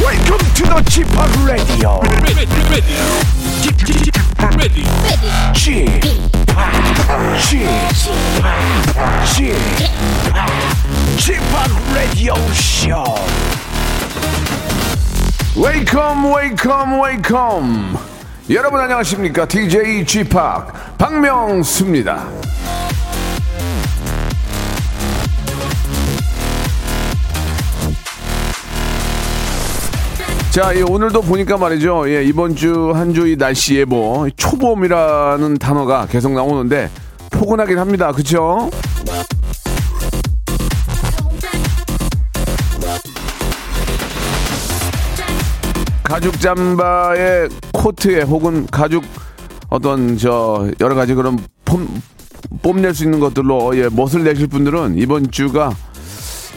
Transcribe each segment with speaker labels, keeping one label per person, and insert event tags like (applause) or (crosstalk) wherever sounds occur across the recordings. Speaker 1: Welcome to the Chip Radio.
Speaker 2: ready, ready, ready, ready.
Speaker 1: Chip, Chip, Chip, Chip Radio Show. Welcome, welcome, welcome. 여러분 안녕하십니까? DJ G 팍 박명수입니다. 자, 예, 오늘도 보니까 말이죠. 예, 이번 주 한 주 이 날씨 예보 초봄이라는 단어가 계속 나오는데 포근하긴 합니다. 그렇죠? 가죽 잠바에 코트에 혹은 가죽 어떤 저 여러 가지 그런 폼, 뽐낼 수 있는 것들로 예, 멋을 내실 분들은 이번 주가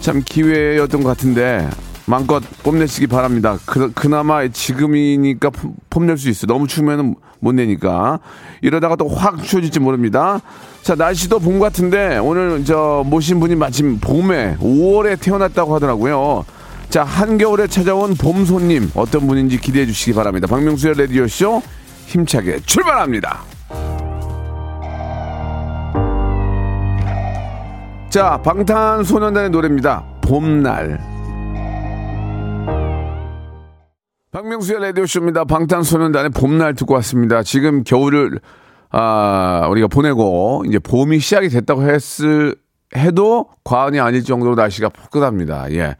Speaker 1: 참 기회였던 것 같은데 마음껏 뽐내시기 바랍니다. 그, 그나마 지금이니까 폼- 뽐낼 수 있어. 너무 추우면 못 내니까 이러다가 또 확 추워질지 모릅니다. 자 날씨도 봄 같은데 오늘 저 모신 분이 마침 봄에 5월에 태어났다고 하더라고요. 자 한겨울에 찾아온 봄 손님 어떤 분인지 기대해 주시기 바랍니다. 박명수의 라디오 쇼 힘차게 출발합니다. 자 방탄소년단의 노래입니다. 봄날. 박명수의 라디오쇼입니다. 방탄소년단의 봄날 듣고 왔습니다. 지금 겨울을, 아, 우리가 보내고, 이제 봄이 시작이 됐다고 했을, 해도 과언이 아닐 정도로 날씨가 포근합니다. 예.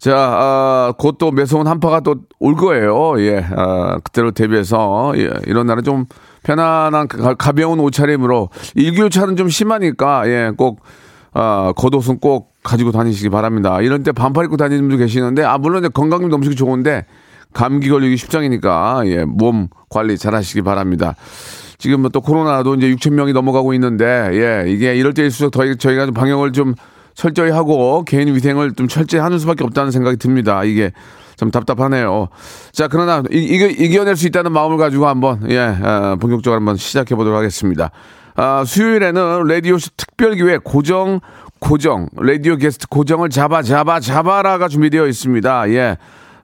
Speaker 1: 자, 아, 곧 또 매서운 한파가 또 올 거예요. 예, 아, 그때로 대비해서, 예, 이런 날은 좀 편안한 가- 가벼운 옷차림으로, 일교차는 좀 심하니까, 예, 꼭, 아, 겉옷은 꼭 가지고 다니시기 바랍니다. 이런 때 반팔 입고 다니는 분도 계시는데, 아, 물론 이제 건강님도 음식이 좋은데, 감기 걸리기 쉽장이니까, 예, 몸 관리 잘 하시기 바랍니다. 지금 뭐또 코로나도 이제 6천 명이 넘어가고 있는데 예 이게 이럴 때일수록 더 저희가 좀 방역을 좀 철저히 하고 개인 위생을 좀 철저히 하는 수밖에 없다는 생각이 듭니다. 이게 참 답답하네요. 자 그러나 이, 이거 이겨낼 수 있다는 마음을 가지고 한번 예 아, 본격적으로 한번 시작해 보도록 하겠습니다. 아, 수요일에는 라디오 쇼 특별 기획 고정 고정 라디오 게스트 고정을 잡아 잡아 잡아라가 준비되어 있습니다. 예.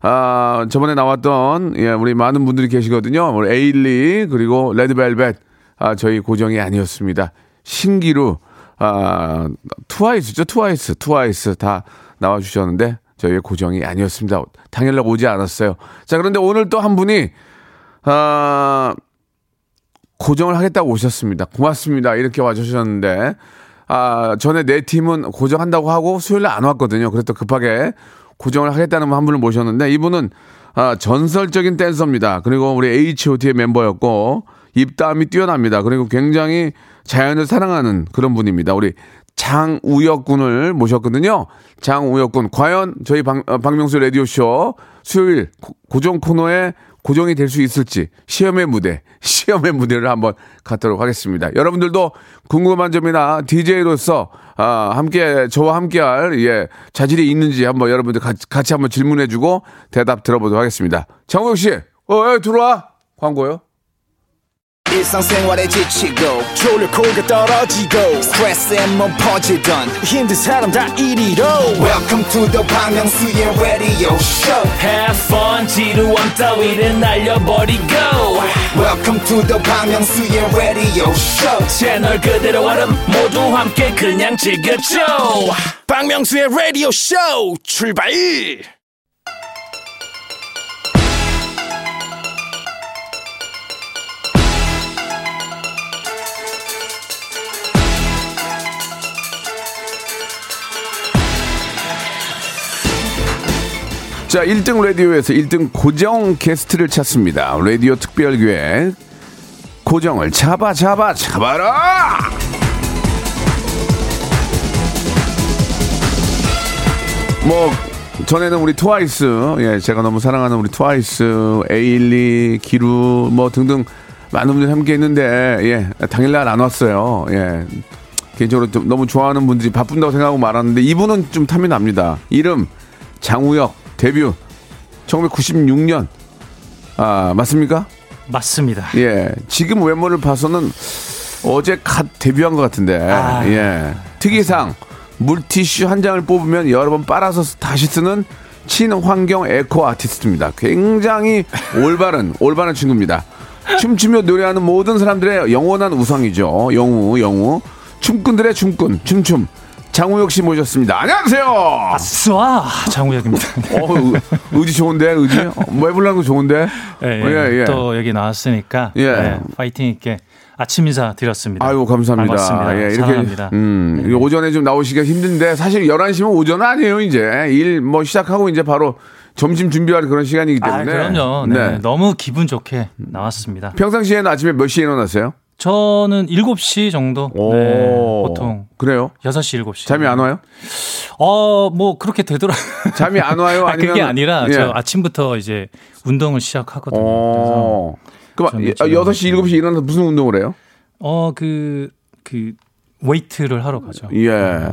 Speaker 1: 아, 저번에 나왔던, 예, 우리 많은 분들이 계시거든요. 우리 에일리, 그리고 레드벨벳, 아, 저희 고정이 아니었습니다. 신기루, 아, 트와이스죠, 트와이스, 트와이스 다 나와주셨는데, 저희의 고정이 아니었습니다. 당일날 오지 않았어요. 자, 그런데 오늘 또 한 분이, 아, 고정을 하겠다고 오셨습니다. 고맙습니다. 이렇게 와주셨는데, 아, 전에 내 팀은 고정한다고 하고 수요일에 안 왔거든요. 그래서 급하게 고정을 하겠다는 분 한 분을 모셨는데, 이분은 아, 전설적인 댄서입니다. 그리고 우리 H.O.T의 멤버였고, 입담이 뛰어납니다. 그리고 굉장히 자연을 사랑하는 그런 분입니다. 우리 장우혁 군을 모셨거든요. 장우혁 군. 과연 저희 박, 어, 박명수 라디오쇼 수요일 고- 고정 코너에 고정이 될 수 있을지 시험의 무대, (laughs) 시험의 무대를 한번 갖도록 하겠습니다. 여러분들도 궁금한 점이나 DJ로서 아, 함께 저와 함께할 예, 자질이 있는지 한번 여러분들 같이, 같이 한번 질문해주고 대답 들어보도록 하겠습니다. 장우혁 씨, 어, 예, 들어와 광고요.
Speaker 3: 일상생활에 지치고, 졸려 코가 떨어지고, 스트레스에 몸 퍼지던, 힘든 사람 다 이리로. welcome to the Bang Myung-soo's radio show
Speaker 4: Have fun 지루함 따위를 날려버리고
Speaker 3: welcome to the Bang Myung-soo's radio show
Speaker 4: 채널 그대로 얼음 모두 함께 그냥 즐겨줘
Speaker 5: 박명수의 라디오 쇼 출발!
Speaker 1: 자, 1등 라디오에서 1등 고정 게스트를 찾습니다. 라디오 특별기획 고정을 잡아 잡아 잡아라! 뭐 전에는 우리 트와이스 예 제가 너무 사랑하는 우리 트와이스 에일리 기루 뭐 등등 많은 분들이 함께 했는데 예 당일날 안 왔어요 예 개인적으로 좀 너무 좋아하는 분들이 바쁜다고 생각하고 말았는데 이분은 좀 탐이 납니다 이름 장우혁 데뷔 1996년 아 맞습니까
Speaker 6: 맞습니다.
Speaker 1: 예 지금 외모를 봐서는 어제 갓 데뷔한 것 같은데
Speaker 6: 아.
Speaker 1: 예 특이상 물티슈 한 장을 뽑으면 여러 번 빨아서 다시 쓰는 친환경 에코 아티스트입니다. 굉장히 올바른 (laughs) 올바른 친구입니다. 춤추며 노래하는 모든 사람들의 영원한 우상이죠. 영우 영우 춤꾼들의 춤꾼 춤춤 장우혁 씨 모셨습니다. 안녕하세요.
Speaker 6: 수아 장우혁입니다.
Speaker 1: 어, 의- 의지 좋은데 의지 뭐 해보려는 거 좋은데
Speaker 6: 예, 예. 또 여기 나왔으니까
Speaker 1: 예.
Speaker 6: 예, 파이팅 있게 아침 인사 드렸습니다.
Speaker 1: 아유 감사합니다.
Speaker 6: 반갑습니다.
Speaker 1: 예,
Speaker 6: 사랑합니다. 네.
Speaker 1: 음, 이게 오전에 좀 나오시기가 힘든데 사실 11시면 오전 아니에요, 이제. 일 뭐 시작하고 이제 바로 점심 준비할 그런 시간이기
Speaker 6: 아,
Speaker 1: 때문에.
Speaker 6: 그럼요. 네. 너무 기분 좋게 나왔습니다.
Speaker 1: 평상시에는 아침에 몇 시에 일어나세요?
Speaker 6: 저는 7시 정도 네,
Speaker 1: 오.
Speaker 6: 보통
Speaker 1: 그래요?
Speaker 6: 6시 7시.
Speaker 1: 잠이 안 와요?
Speaker 6: 어, 뭐 그렇게 되더라.
Speaker 1: 잠이 안 와요?
Speaker 6: (laughs) 아,
Speaker 1: 아니면
Speaker 6: 그게 아니라
Speaker 1: 예.
Speaker 6: 저 아침부터 이제 운동을 시작하거든요. 그래서
Speaker 1: 어. 그럼
Speaker 6: 저는 네.
Speaker 1: 여-
Speaker 6: 지금-
Speaker 1: 6시, 7시 에 일어나서 무슨 운동을 해요?
Speaker 6: 어, 그, 그, 웨이트를 하러 가죠.
Speaker 1: 예.
Speaker 6: 네.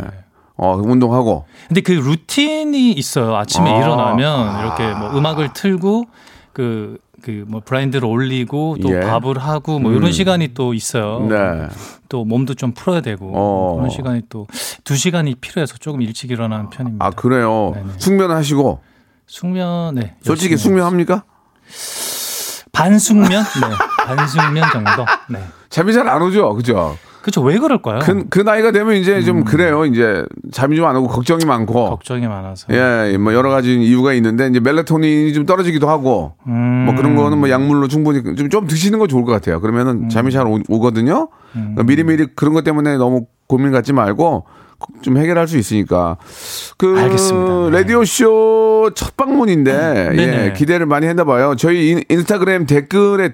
Speaker 1: 어, 운동하고.
Speaker 6: 근데 그 루틴이 있어요. 아침에
Speaker 1: 아.
Speaker 6: 일어나면 이렇게 뭐 음악을 틀고 그, 그 뭐 브라인드를 올리고 또
Speaker 1: 예.
Speaker 6: 밥을 하고 뭐 이런 시간이 또 있어요.
Speaker 1: 네.
Speaker 6: 또 몸도 좀 풀어야 되고
Speaker 1: 어.
Speaker 6: 그런 시간이 또 두 시간이 필요해서 조금 일찍 일어나는 편입니다.
Speaker 1: 아, 그래요.
Speaker 6: 네,
Speaker 1: 숙면하시고.
Speaker 6: 숙면에
Speaker 1: 솔직히 숙면합니까?
Speaker 6: 반숙면, 네, 반숙면 정도. 네,
Speaker 1: 잠이 잘 안 오죠? 그죠?
Speaker 6: 그렇죠. 왜 그럴까요?
Speaker 1: 그, 그 나이가 되면 이제 좀 그래요. 이제 잠이 좀 안 오고 걱정이 많고.
Speaker 6: 음. 걱정이 많아서.
Speaker 1: 예, 뭐 여러 가지 이유가 있는데 이제 멜라토닌이 좀 떨어지기도 하고 뭐
Speaker 6: 음.
Speaker 1: 그런 거는 뭐 약물로 충분히 좀 좀 드시는 거 좋을 것 같아요. 그러면은 잠이 잘 오, 거든요 그러니까
Speaker 6: 음.
Speaker 1: 미리미리 그런 것 때문에 너무 고민 갖지 말고 좀 해결할 수 있으니까. 그
Speaker 6: 알겠습니다. 네. 음.
Speaker 1: 라디오 쇼첫 방문인데
Speaker 6: 네네.
Speaker 1: 예, 기대를 많이 했나 봐요. 저희 인, 인스타그램 댓글에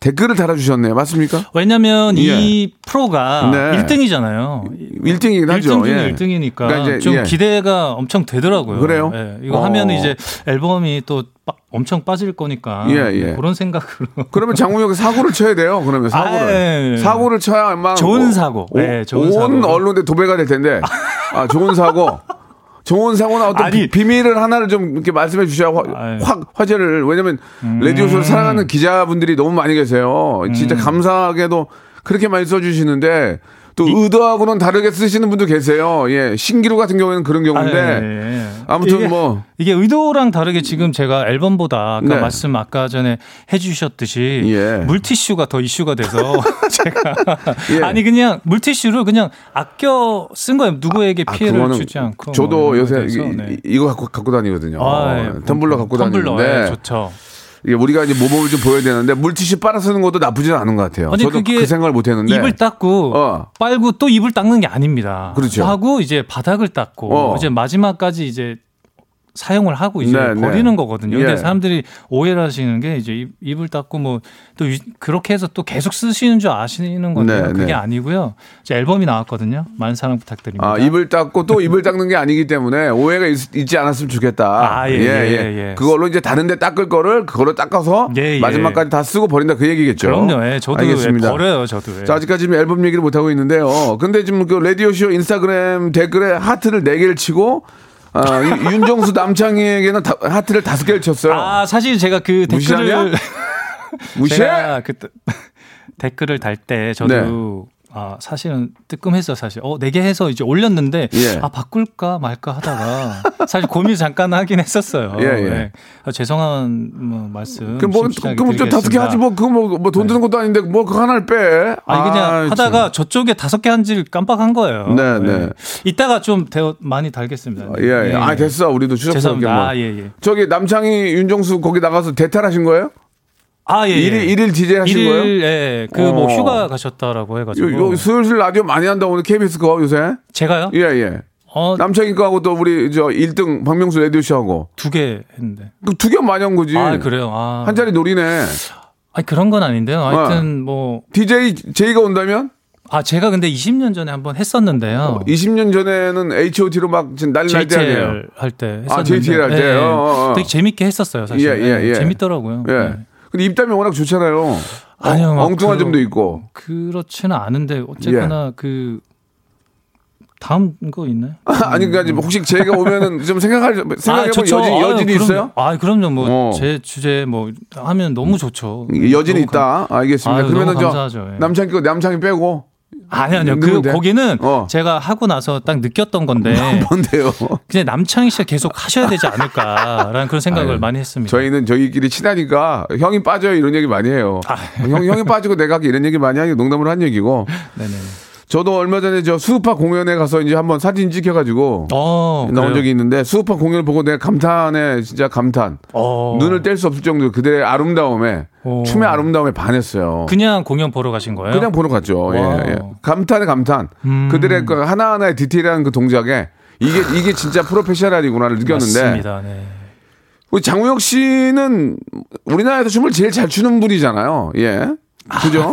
Speaker 1: 댓글을 달아 주셨네요. 맞습니까?
Speaker 6: 왜냐면
Speaker 1: 예.
Speaker 6: 이 프로가
Speaker 1: 네.
Speaker 6: 일등이잖아요
Speaker 1: 1등이긴 하죠.
Speaker 6: 1등
Speaker 1: 예.
Speaker 6: 중에 1등이니까
Speaker 1: 그러니까 이제,
Speaker 6: 좀
Speaker 1: 예.
Speaker 6: 기대가 엄청 되더라고요.
Speaker 1: 그래요?
Speaker 6: 예, 이거
Speaker 1: 어.
Speaker 6: 하면 이제 앨범이 또 빠- 엄청 빠질 거니까
Speaker 1: 예, 예.
Speaker 6: 그런 생각으로
Speaker 1: 그러면 장우혁이 사고를 쳐야 돼요. 그러면 사고를
Speaker 6: 예, 예.
Speaker 1: 사고를 쳐야 막
Speaker 6: 좋은
Speaker 1: 오-
Speaker 6: 사고.
Speaker 1: 오-
Speaker 6: 예, 좋은
Speaker 1: 온
Speaker 6: 사고로.
Speaker 1: 언론에 도배가 될
Speaker 6: (laughs)
Speaker 1: 텐데 아 좋은 사고 좋은 사고나 어떤
Speaker 6: 아니.
Speaker 1: 비, 밀을 하나를 좀 이렇게 말씀해 주셔야 화,
Speaker 6: 아유. 예. 음.
Speaker 1: 확 화제를 왜냐면 라디오쇼를 사랑하는 기자분들이 너무 많이 계세요. 진짜 감사하게도 그렇게 많이 써주시는데. 또 의도하고는 다르게 쓰시는 분도 계세요. 예, 신기루 같은 경우에는 (laughs) 그런 경우인데
Speaker 6: 아, 예, 예.
Speaker 1: 아무튼
Speaker 6: 이게-
Speaker 1: 뭐
Speaker 6: 이게 의도랑 다르게 지금 제가 앨범보다 아까
Speaker 1: 네.
Speaker 6: 말씀 아까 전에 해주셨듯이
Speaker 1: 예.
Speaker 6: 물티슈가 더 이슈가 돼서 (laughs) 제가
Speaker 1: 예.
Speaker 6: 아니 그냥 물티슈를 그냥 아껴 쓴 거예요 누구에게
Speaker 1: 아,
Speaker 6: 피해를
Speaker 1: 그거는
Speaker 6: 주지 않고
Speaker 1: 저도
Speaker 6: 뭐 이런
Speaker 1: 요새
Speaker 6: 거에 대해서,
Speaker 1: 이-
Speaker 6: 네.
Speaker 1: 이- 이거 갖고, 갖고 다니거든요.
Speaker 6: 아, 예.
Speaker 1: 텀블러 갖고
Speaker 6: 텀블러,
Speaker 1: 다니는데
Speaker 6: 예, 좋죠.
Speaker 1: 이게 우리가 이제 모범을 좀 보여야 되는데 물티슈 빨아 쓰는 것도 나쁘진 않은 것 같아요.
Speaker 6: 아니,
Speaker 1: 저도
Speaker 6: 그게
Speaker 1: 그 생각을 못 했는데
Speaker 6: 입을 닦고
Speaker 1: 어.
Speaker 6: 빨고 또 입을 닦는 게 아닙니다.
Speaker 1: 그렇죠.
Speaker 6: 하고 이제 바닥을 닦고
Speaker 1: 어.
Speaker 6: 이제 마지막까지 이제 사용을 하고 이제
Speaker 1: 네, 네.
Speaker 6: 버리는 거거든요.
Speaker 1: 예.
Speaker 6: 근데 사람들이 오해를 하시는 게 이제 입- 입을 닦고 뭐 또 그렇게 해서 또 계속 쓰시는 줄 아시는 건데
Speaker 1: 네,
Speaker 6: 요 그게
Speaker 1: 네.
Speaker 6: 아니고요. 이제 앨범이 나왔거든요. 많은 사랑 부탁드립니다.
Speaker 1: 아, 입을 닦고 또 입을 닦는 게 아니기 때문에 오해가 있, 지 않았으면 좋겠다.
Speaker 6: 아, 예, 예, 예, 예.
Speaker 1: 그걸로 이제 다른데 닦을 거를 그걸로 닦아서
Speaker 6: 예, 예.
Speaker 1: 마지막까지 다 쓰고 버린다 그 얘기겠죠.
Speaker 6: 그럼요. 예, 저도
Speaker 1: 알겠습니다.
Speaker 6: 예, 버려요. 저도. 예.
Speaker 1: 자, 아직까지 지금 앨범 얘기를 못 하고 있는데요. 근데 지금 그 라디오쇼 인스타그램 댓글에 하트를 4개를 치고, 아, 유- 윤정수 남창희에게는 다- 하트를 5개를 쳤어요.
Speaker 6: 아 사실 제가 그
Speaker 1: 무시하냐?
Speaker 6: 댓글을
Speaker 1: 무시해?
Speaker 6: 제가 그 뜨- (laughs) 댓글을 달 때 저도
Speaker 1: 네.
Speaker 6: 아 사실은 뜨끔했어 사실 어 네 개 해서 이제 올렸는데
Speaker 1: 예.
Speaker 6: 아 바꿀까 말까 하다가 사실 고민 잠깐 하긴 했었어요.
Speaker 1: 예, 예.
Speaker 6: 네. 아, 죄송한 뭐, 말씀.
Speaker 1: 그 뭐,
Speaker 6: 심심하게
Speaker 1: 그럼 좀 다섯 개
Speaker 6: 드리겠습니다.
Speaker 1: 하지 뭐, 그 뭐, 뭐 돈 드는 것도 아닌데 뭐 그 하나를 빼.
Speaker 6: 아니 그냥
Speaker 1: 아이,
Speaker 6: 하다가 저쪽에 다섯 개 한지를 깜빡한 거예요.
Speaker 1: 네, 네.
Speaker 6: 이따가 좀 더 많이 달겠습니다. 네.
Speaker 1: 참. 예, 예. 아, 됐어. 우리도 추석
Speaker 6: 죄송합니다.
Speaker 1: 뭐.
Speaker 6: 아, 예, 예.
Speaker 1: 저기 남창희 윤정수 거기 나가서 대탈하신 거예요?
Speaker 6: 아, 예.
Speaker 1: 일일 일일 DJ 하신 거예요?
Speaker 6: 일일 어. 예. 그 뭐
Speaker 1: 어.
Speaker 6: 휴가 가셨다라고 해 가지고
Speaker 1: 요, 요 슬슬 라디오 많이 한다 오늘 KBS 거 요새.
Speaker 6: 제가요?
Speaker 1: 예, 예.
Speaker 6: 어,
Speaker 1: 남창희 거하고 또 우리 저 1등 박명수 라디오 쇼하고
Speaker 6: 두 개 했는데.
Speaker 1: 그 두 개 많이 한 거지.
Speaker 6: 아, 그래요. 아.
Speaker 1: 한 자리 네. 노리네.
Speaker 6: 아니, 그런 건 아닌데요. 하여튼 뭐
Speaker 1: DJ 제이가 온다면
Speaker 6: 아, 제가 근데 20년 전에 한번 했었는데요.
Speaker 1: 20년 전에는 HOT로 막 지금 난리 어, 날 때 아니에요.
Speaker 6: JTL 할 때 했었는데.
Speaker 1: 아, JTL 할
Speaker 6: 예,
Speaker 1: 때.
Speaker 6: 예.
Speaker 1: 어, 어, 어.
Speaker 6: 되게 재밌게 했었어요, 사실. 네.
Speaker 1: 예, 예, 예.
Speaker 6: 재밌더라고요.
Speaker 1: 예.
Speaker 6: 예.
Speaker 1: 근데 입담이 워낙 좋잖아요. 어,
Speaker 6: 아니요, 막
Speaker 1: 엉뚱한
Speaker 6: 그런-
Speaker 1: 점도 있고. (laughs)
Speaker 6: 그렇지는 않은데 어쨌거나 그 다음 거 있나요?
Speaker 1: 예. 아니 그러니까 이제 혹시 제이가 오면은 좀 생각할 생각해 본
Speaker 6: 좋죠.
Speaker 1: 여진
Speaker 6: 아유,
Speaker 1: 여진이
Speaker 6: 그럼요.
Speaker 1: 있어요?
Speaker 6: 아, 그럼요. 뭐
Speaker 1: 어.
Speaker 6: 제 주제 뭐 하면 너무 좋죠.
Speaker 1: 여진이
Speaker 6: 너무 감-
Speaker 1: 있다. 알겠습니다.
Speaker 6: 아유,
Speaker 1: 그러면은
Speaker 6: 너무
Speaker 1: 저
Speaker 6: 감사하죠. 예.
Speaker 1: 남창기 거 남창기 빼고
Speaker 6: 아니 아니요. 그
Speaker 1: 누군데?
Speaker 6: 거기는
Speaker 1: 어. 뭐
Speaker 6: 제가 하고 나서 딱 느꼈던 건데 (laughs)
Speaker 1: 뭔데요?
Speaker 6: 그냥 남창희 씨가 계속 하셔야 되지 않을까라는 그런 생각을 많이 했습니다.
Speaker 1: 저희는 저희끼리 친하니까 형이 빠져요 이런 얘기 많이 해요.
Speaker 6: 아.
Speaker 1: 형, 형이 빠지고 내가 할게 이런 얘기 많이 하니 농담으로 한 얘기고.
Speaker 6: 네네.
Speaker 1: 저도 얼마 전에 저 수우파 공연에 가서 이제 한번 사진 찍혀가지고
Speaker 6: 어,
Speaker 1: 나온
Speaker 6: 그래요?
Speaker 1: 적이 있는데 수우파 공연을 보고 내가 감탄에 진짜 감탄.
Speaker 6: 어.
Speaker 1: 눈을 뗄 수 없을 정도로 그들의 아름다움에
Speaker 6: 어.
Speaker 1: 춤의 아름다움에 반했어요.
Speaker 6: 그냥 공연 보러 가신 거예요?
Speaker 1: 그냥 보러 갔죠. 예,
Speaker 6: 와우. 음.
Speaker 1: 예. 감탄에 감탄. 그들의 그 하나하나의 디테일한 그 동작에 이게 이게 진짜 프로페셔널이구나를 느꼈는데
Speaker 6: 맞습니다. 네.
Speaker 1: 우리 장우혁 씨는 우리나라에서 춤을 제일 잘 추는 분이잖아요. 예. 그죠?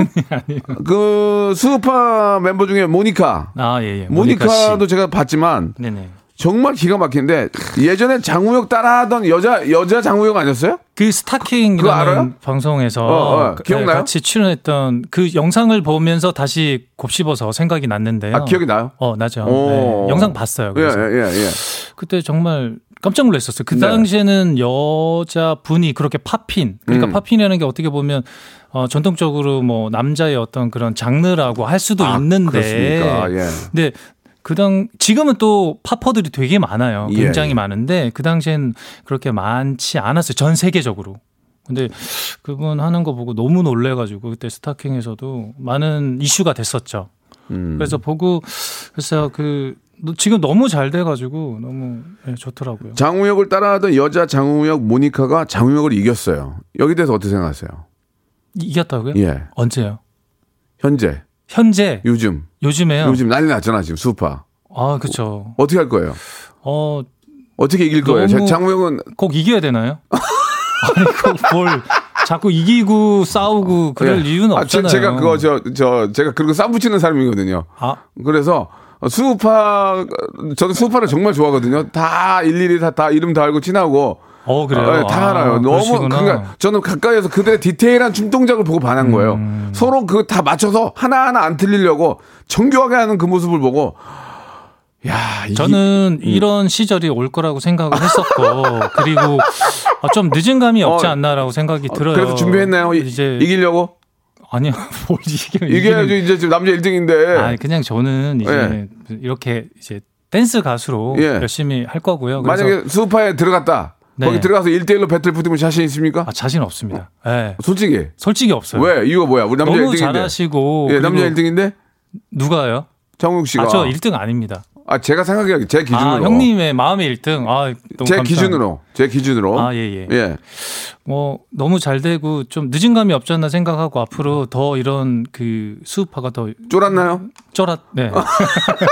Speaker 1: 그 수우파 멤버 중에 모니카.
Speaker 6: 아, 예, 예. 모니카,
Speaker 1: 모니카도
Speaker 6: 씨.
Speaker 1: 제가 봤지만
Speaker 6: 네네.
Speaker 1: 정말 기가 막힌데 예전에 장우혁 따라하던 여자 여자 장우혁 아니었어요?
Speaker 6: 그
Speaker 1: 그거 알아요?
Speaker 6: 스타킹이라는 방송에서
Speaker 1: 어, 어,
Speaker 6: 그-
Speaker 1: 기억나요?
Speaker 6: 같이 출연했던 그 영상을 보면서 다시 곱씹어서 생각이 났는데요.
Speaker 1: 아 기억이 나요?
Speaker 6: 어, 나죠.
Speaker 1: 오.
Speaker 6: 네, 영상 봤어요.
Speaker 1: 예,
Speaker 6: 그래서
Speaker 1: 예, 예.
Speaker 6: 그때 정말 깜짝 놀랐었어요. 그
Speaker 1: 네.
Speaker 6: 당시에는 여자분이 그렇게 팝핀,
Speaker 1: 음.
Speaker 6: 그러니까 팝핀이라는 게 어떻게 보면 어, 전통적으로 뭐 남자의 어떤 그런 장르라고 할 수도 있는데.
Speaker 1: 아, 그렇습니까? 예.
Speaker 6: 근데 그당 지금은 또 파퍼들이 되게 많아요.
Speaker 1: 예,
Speaker 6: 굉장히
Speaker 1: 예.
Speaker 6: 많은데 그 당시엔 그렇게 많지 않았어요. 전 세계적으로. 근데 그분 하는 거 보고 너무 놀래가지고 그때 스타킹에서도 많은 이슈가 됐었죠.
Speaker 1: 음.
Speaker 6: 그래서 보고 글쎄요 그 너- 지금 너무 잘 돼가지고 너무 예, 좋더라고요.
Speaker 1: 장우혁을 따라하던 여자 장우혁 모니카가 장우혁을 이겼어요. 여기 대해서 어떻게 생각하세요?
Speaker 6: 이- 이겼다고요?
Speaker 1: 예.
Speaker 6: 언제요?
Speaker 1: 현재,
Speaker 6: 현재
Speaker 1: 요즘,
Speaker 6: 요즘에요.
Speaker 1: 요즘 난리 났잖아 지금 수우파.
Speaker 6: 아 그쵸.
Speaker 1: 어떻게 할 거예요?
Speaker 6: 어
Speaker 1: 어떻게 이길 거예요?
Speaker 6: 너무-
Speaker 1: 장우혁은
Speaker 6: 꼭 이겨야 되나요? (laughs) 아니, 꼭 뭘 자꾸 이기고 싸우고 그럴
Speaker 1: 예.
Speaker 6: 이유는
Speaker 1: 아, 제-
Speaker 6: 없잖아요.
Speaker 1: 제가 그거 저 저 제가 그리고 쌈 붙이는 사람이거든요.
Speaker 6: 아,
Speaker 1: 그래서 수우파 저는 수우파를 정말 좋아하거든요. 다 일일이 다, 다 이름 다 알고 친하고
Speaker 6: 어 그래요.
Speaker 1: 예, 다
Speaker 6: 아,
Speaker 1: 알아요. 너무
Speaker 6: 그러시구나.
Speaker 1: 그러니까 저는 가까이에서 그들의 디테일한 춤 동작을 보고 반한 거예요.
Speaker 6: 음.
Speaker 1: 서로 그 다 맞춰서 하나하나 안 틀리려고 정교하게 하는 그 모습을 보고 야, 이-
Speaker 6: 저는 이런 시절이 올 거라고 생각을
Speaker 1: (laughs)
Speaker 6: 했었고 그리고 아, 좀 늦은 감이 없지
Speaker 1: 어,
Speaker 6: 않나라고 생각이 들어요.
Speaker 1: 그래서 준비했나요? 이,
Speaker 6: 이제
Speaker 1: 이기려고?
Speaker 6: 아니요 (laughs) 뭘 이겨 이기는-
Speaker 1: 이겨야지 이제 지금 남자 1등인데.
Speaker 6: 아니 그냥 저는 이제 이렇게 이제 댄스 가수로
Speaker 1: 예.
Speaker 6: 열심히 할 거고요. 그래서
Speaker 1: 만약에 수우파에 들어갔다.
Speaker 6: 네.
Speaker 1: 거기 들어가서 1대1로 배틀 붙으면 자신 있습니까?
Speaker 6: 아, 자신 없습니다. 예.
Speaker 1: 솔직히.
Speaker 6: 솔직히 없어요.
Speaker 1: 왜? 이유가 뭐야? 우리 남자
Speaker 6: 너무
Speaker 1: 1등인데.
Speaker 6: 잘하시고
Speaker 1: 예,
Speaker 6: 그리고
Speaker 1: 남자 1등인데?
Speaker 6: 누가요?
Speaker 1: 장욱 씨가.
Speaker 6: 아, 저 1등 아닙니다.
Speaker 1: 아, 제가 생각하기에 제 기준으로.
Speaker 6: 아, 형님의 마음의 1등. 아, 너무
Speaker 1: 제
Speaker 6: 감사합니다.
Speaker 1: 기준으로. 제 기준으로.
Speaker 6: 아, 예, 예.
Speaker 1: 예.
Speaker 6: 뭐 너무 잘 되고 좀 늦은 감이 없지 않나 생각하고 앞으로 더 이런 그 수우파가 더
Speaker 1: 쫄았나요?
Speaker 6: 쫄았 네. (laughs)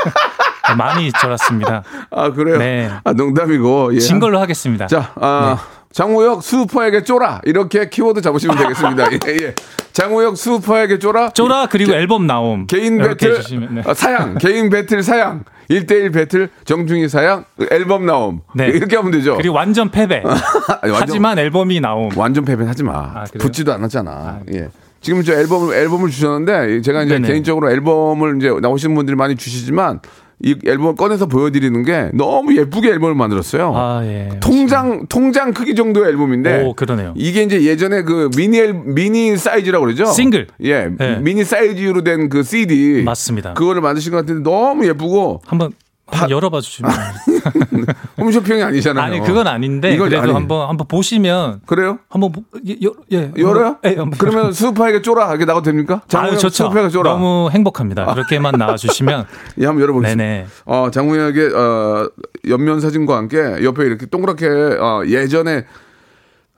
Speaker 6: 많이 쫄았습니다.
Speaker 1: 아, 그래요?
Speaker 6: 네.
Speaker 1: 아, 농담이고. 예.
Speaker 6: 진 걸로 네. 하겠습니다.
Speaker 1: 자, 아, 장우혁 수우파에게 쫄아. 이렇게 키워드 잡으시면
Speaker 6: (laughs)
Speaker 1: 되겠습니다. 예, 예. 장우혁 수우파에게 쫄아.
Speaker 6: 쫄아 그리고 앨범 나옴.
Speaker 1: 개인
Speaker 6: 이렇게
Speaker 1: 배틀
Speaker 6: 해주시면, 네.
Speaker 1: 아, 사양, 개인 배틀 사양, 1대1 배틀 정중히 사양, 앨범 나옴.
Speaker 6: 네.
Speaker 1: 이렇게 하면 되죠.
Speaker 6: 그리고 완전 패배.
Speaker 1: 아니, 완전- 뭐.
Speaker 6: 하지만 앨범이 나옴.
Speaker 1: 완전 패배는 하지 마.
Speaker 6: 아, 그래요?
Speaker 1: 붙지도 않았잖아. 예. 지금 저 앨범을 앨범을 주셨는데 제가 이제
Speaker 6: 네네.
Speaker 1: 개인적으로 앨범을 이제 나오신 분들이 많이 주시지만 이 앨범 꺼내서 보여드리는 게 너무 예쁘게 앨범을 만들었어요.
Speaker 6: 아 예.
Speaker 1: 네, 통장 통장 크기 정도의 앨범인데
Speaker 6: 오 그러네요.
Speaker 1: 이게 이제 예전에 그 미니 앨- 미니 사이즈라고 그러죠?
Speaker 6: 싱글.
Speaker 1: 예.
Speaker 6: 네.
Speaker 1: 미니 사이즈로 된 그 CD.
Speaker 6: 맞습니다.
Speaker 1: 그거를 만드신 것 같은데 너무 예쁘고
Speaker 6: 한번 한번 열어봐 주시면.
Speaker 1: 아, 홈쇼핑이 아니잖아요.
Speaker 6: 아니 그건 아닌데
Speaker 1: 이건
Speaker 6: 그래도
Speaker 1: 아니-
Speaker 6: 한번 한번 보시면
Speaker 1: 그래요?
Speaker 6: 한번 보- 예, 열- 예.
Speaker 1: 열어요?
Speaker 6: 예, 한번-
Speaker 1: 그러면 수우파에게 쫄아 이게 나가도 됩니까?
Speaker 6: 아유
Speaker 1: 장우혁
Speaker 6: 좋죠.
Speaker 1: 수우파에게 쫄아.
Speaker 6: 너무 행복합니다.
Speaker 1: (laughs)
Speaker 6: 그렇게만 나와주시면
Speaker 1: 예, 한번 열어보겠습니다.
Speaker 6: 네네.
Speaker 1: 어, 장우혁의 어, 옆면 사진과 함께 옆에 이렇게 동그랗게 어, 예전에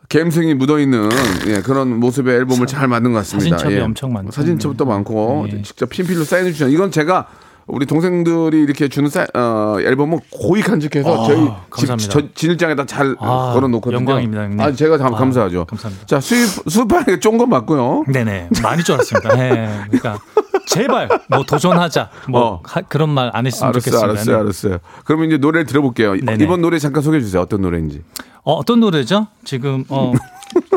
Speaker 1: 갬생이 묻어있는 예, 그런 모습의 앨범을 잘 만든 것 같습니다.
Speaker 6: 사진첩이
Speaker 1: 예.
Speaker 6: 엄청 많죠.
Speaker 1: 사진첩도 많고
Speaker 6: 예.
Speaker 1: 직접 핀필로 사인해 주셨는 이건 제가 우리 동생들이 이렇게 주는 사인, 어, 앨범은 고이 간직해서
Speaker 6: 아,
Speaker 1: 저희 집,
Speaker 6: 감사합니다.
Speaker 1: 저, 진일장에다 잘
Speaker 6: 아,
Speaker 1: 걸어놓거든요.
Speaker 6: 영광입니다, 형님.
Speaker 1: 아, 제가 감,
Speaker 6: 아,
Speaker 1: 감사하죠.
Speaker 6: 감사합니다.
Speaker 1: 자, 수입, 수입판에게 쫀 건 맞고요.
Speaker 6: 네네 많이 쫄았습니다. 네. 그러니까 제발 뭐 도전하자 뭐
Speaker 1: 어.
Speaker 6: 하- 그런 말 안 했으면
Speaker 1: 알았어요,
Speaker 6: 좋겠습니다.
Speaker 1: 알았어요,
Speaker 6: 네.
Speaker 1: 알았어요. 그러면 이제 노래를 들어볼게요.
Speaker 6: 네네.
Speaker 1: 이번 노래 잠깐 소개해 주세요. 어떤 노래인지.
Speaker 6: 어, 어떤 노래죠? 지금
Speaker 1: (laughs)
Speaker 6: 어